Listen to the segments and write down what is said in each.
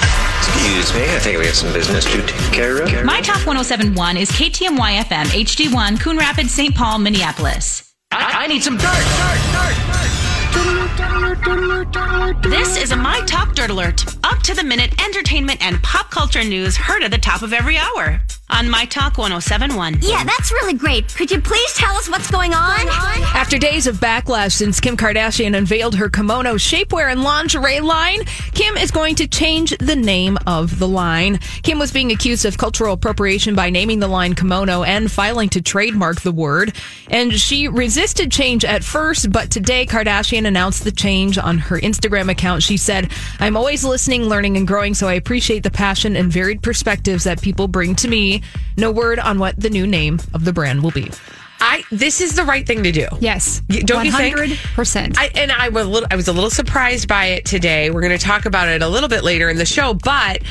Excuse me, I think we have some business to take care of. My top 1071 is KTMY FM HD1 Coon Rapids St. Paul Minneapolis. I, I need some dirt, dirt, dirt, dirt. This is a My Top Dirt Alert. Up to the minute entertainment and pop culture news heard at the top of every hour on My Talk 1071. Yeah, that's really great. Could you please tell us what's going on? After days of backlash since Kim Kardashian unveiled her kimono shapewear and lingerie line, Kim is going to change the name of the line. Kim was being accused of cultural appropriation by naming the line kimono and filing to trademark the word. And she resisted change at first, but today Kardashian announced the change on her Instagram account. She said, I'm always listening, learning, and growing, so I appreciate the passion and varied perspectives that people bring to me. No word on what the new name of the brand will be. I this is the right thing to do. Yes, Y- Don't you think? percent. I, and I was, a little, I was a little surprised by it today. We're going to talk about it a little bit later in the show, but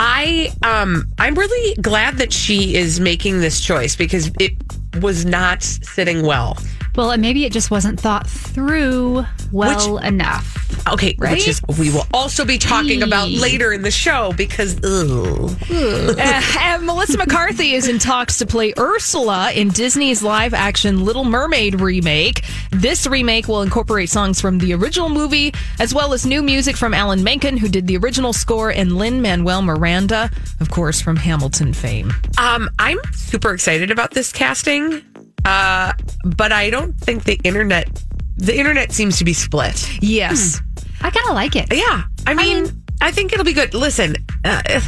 I um I'm really glad that she is making this choice because it was not sitting well. Well, and maybe it just wasn't thought through well enough. Okay, Right? which is we will also be talking about Hey. later in the show because ugh. Uh, and Melissa McCarthy is in talks to play Ursula in Disney's live action Little Mermaid remake. This remake will incorporate songs from the original movie, as well as new music from Alan Menken, who did the original score, and Lynn Manuel Miranda, of course, from Hamilton fame. Um, I'm super excited about this casting, uh, but I don't think the internet the internet seems to be split. Hmm. Yes. I kind of like it. Yeah, I mean, I, think it'll be good. Listen, uh,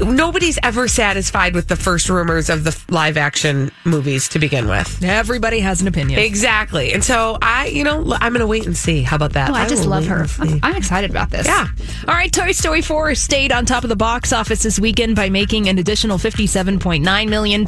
nobody's ever satisfied with the first rumors of the f- live action movies to begin with. Everybody has an opinion. Exactly, and so I, you know, l- I'm going to wait and see. How about that? Oh, I, just will love wait her. and see. I'm, I'm excited about this. Yeah. All right, Toy Story 4 stayed on top of the box office this weekend by making an additional $57.9 million.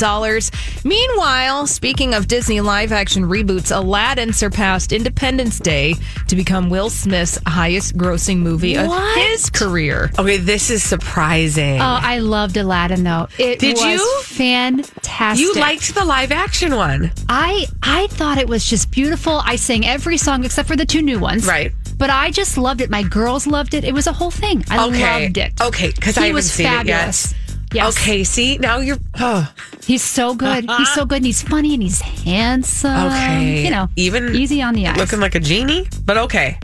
Meanwhile, speaking of Disney live action reboots, Aladdin surpassed Independence Day to become Will Smith's highest grossing movie What? of his career. Okay, this is surprising. Oh, I loved Aladdin though. It Did was you? fantastic. you liked the live action one, I I thought it was just beautiful. I sang every song except for the two new ones. Right. But I just loved it. My girls loved it. It was a whole thing. I Okay. loved it. Okay, 'cause He I haven't was seen it yet. fabulous. Yes. Okay, see now you're. Oh, He's so good. He's so good, and he's funny, and he's handsome. okay, you know, even easy on the eyes. looking like a genie, but okay.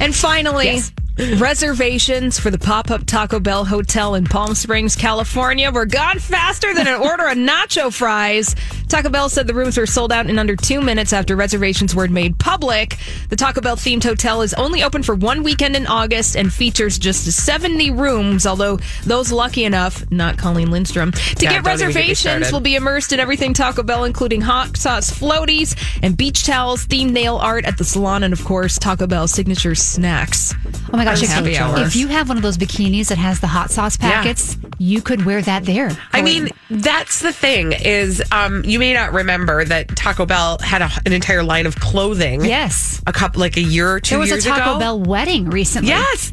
And finally, Yes. reservations for the pop up Taco Bell Hotel in Palm Springs, California were gone faster than an order of nacho fries. Taco Bell said the rooms were sold out in under two minutes after reservations were made public. The Taco Bell themed hotel is only open for one weekend in August and features just 70 rooms, although those lucky enough, not Colleen Lindstrom, to Yeah, get don't even get me reservations started. will be immersed in everything Taco Bell, including hot sauce floaties and beach towels, themed nail art at the salon, and of course, Taco Bell's signature snacks. oh my gosh, if, Happy hour. if you have one of those bikinis that has the hot sauce packets, you could wear that there. I Colleen. mean, that's the thing is, um, you may not remember that Taco Bell had a, an entire line of clothing. yes, A couple, like a year or two there was a years Taco ago. Bell wedding recently. Yes.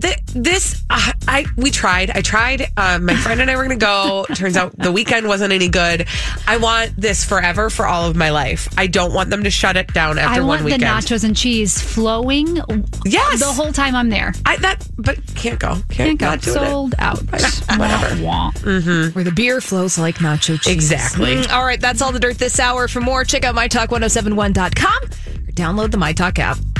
Th- this, uh, I, we tried. I tried. Um, my friend and I were going to go. Turns out the weekend wasn't any good. I want this forever for all of my life. I don't want them to shut it down I after want one weekend. the nachos and cheese flowing. Yes. the whole time I'm there. I, that, but can't go. Can't, Thank go. God, sold out. Whatever. Where the beer flows like nacho cheese. Exactly. Mm, oh all right, that's all the dirt this hour. For more, check out mytalk1071.com or download the MyTalk app.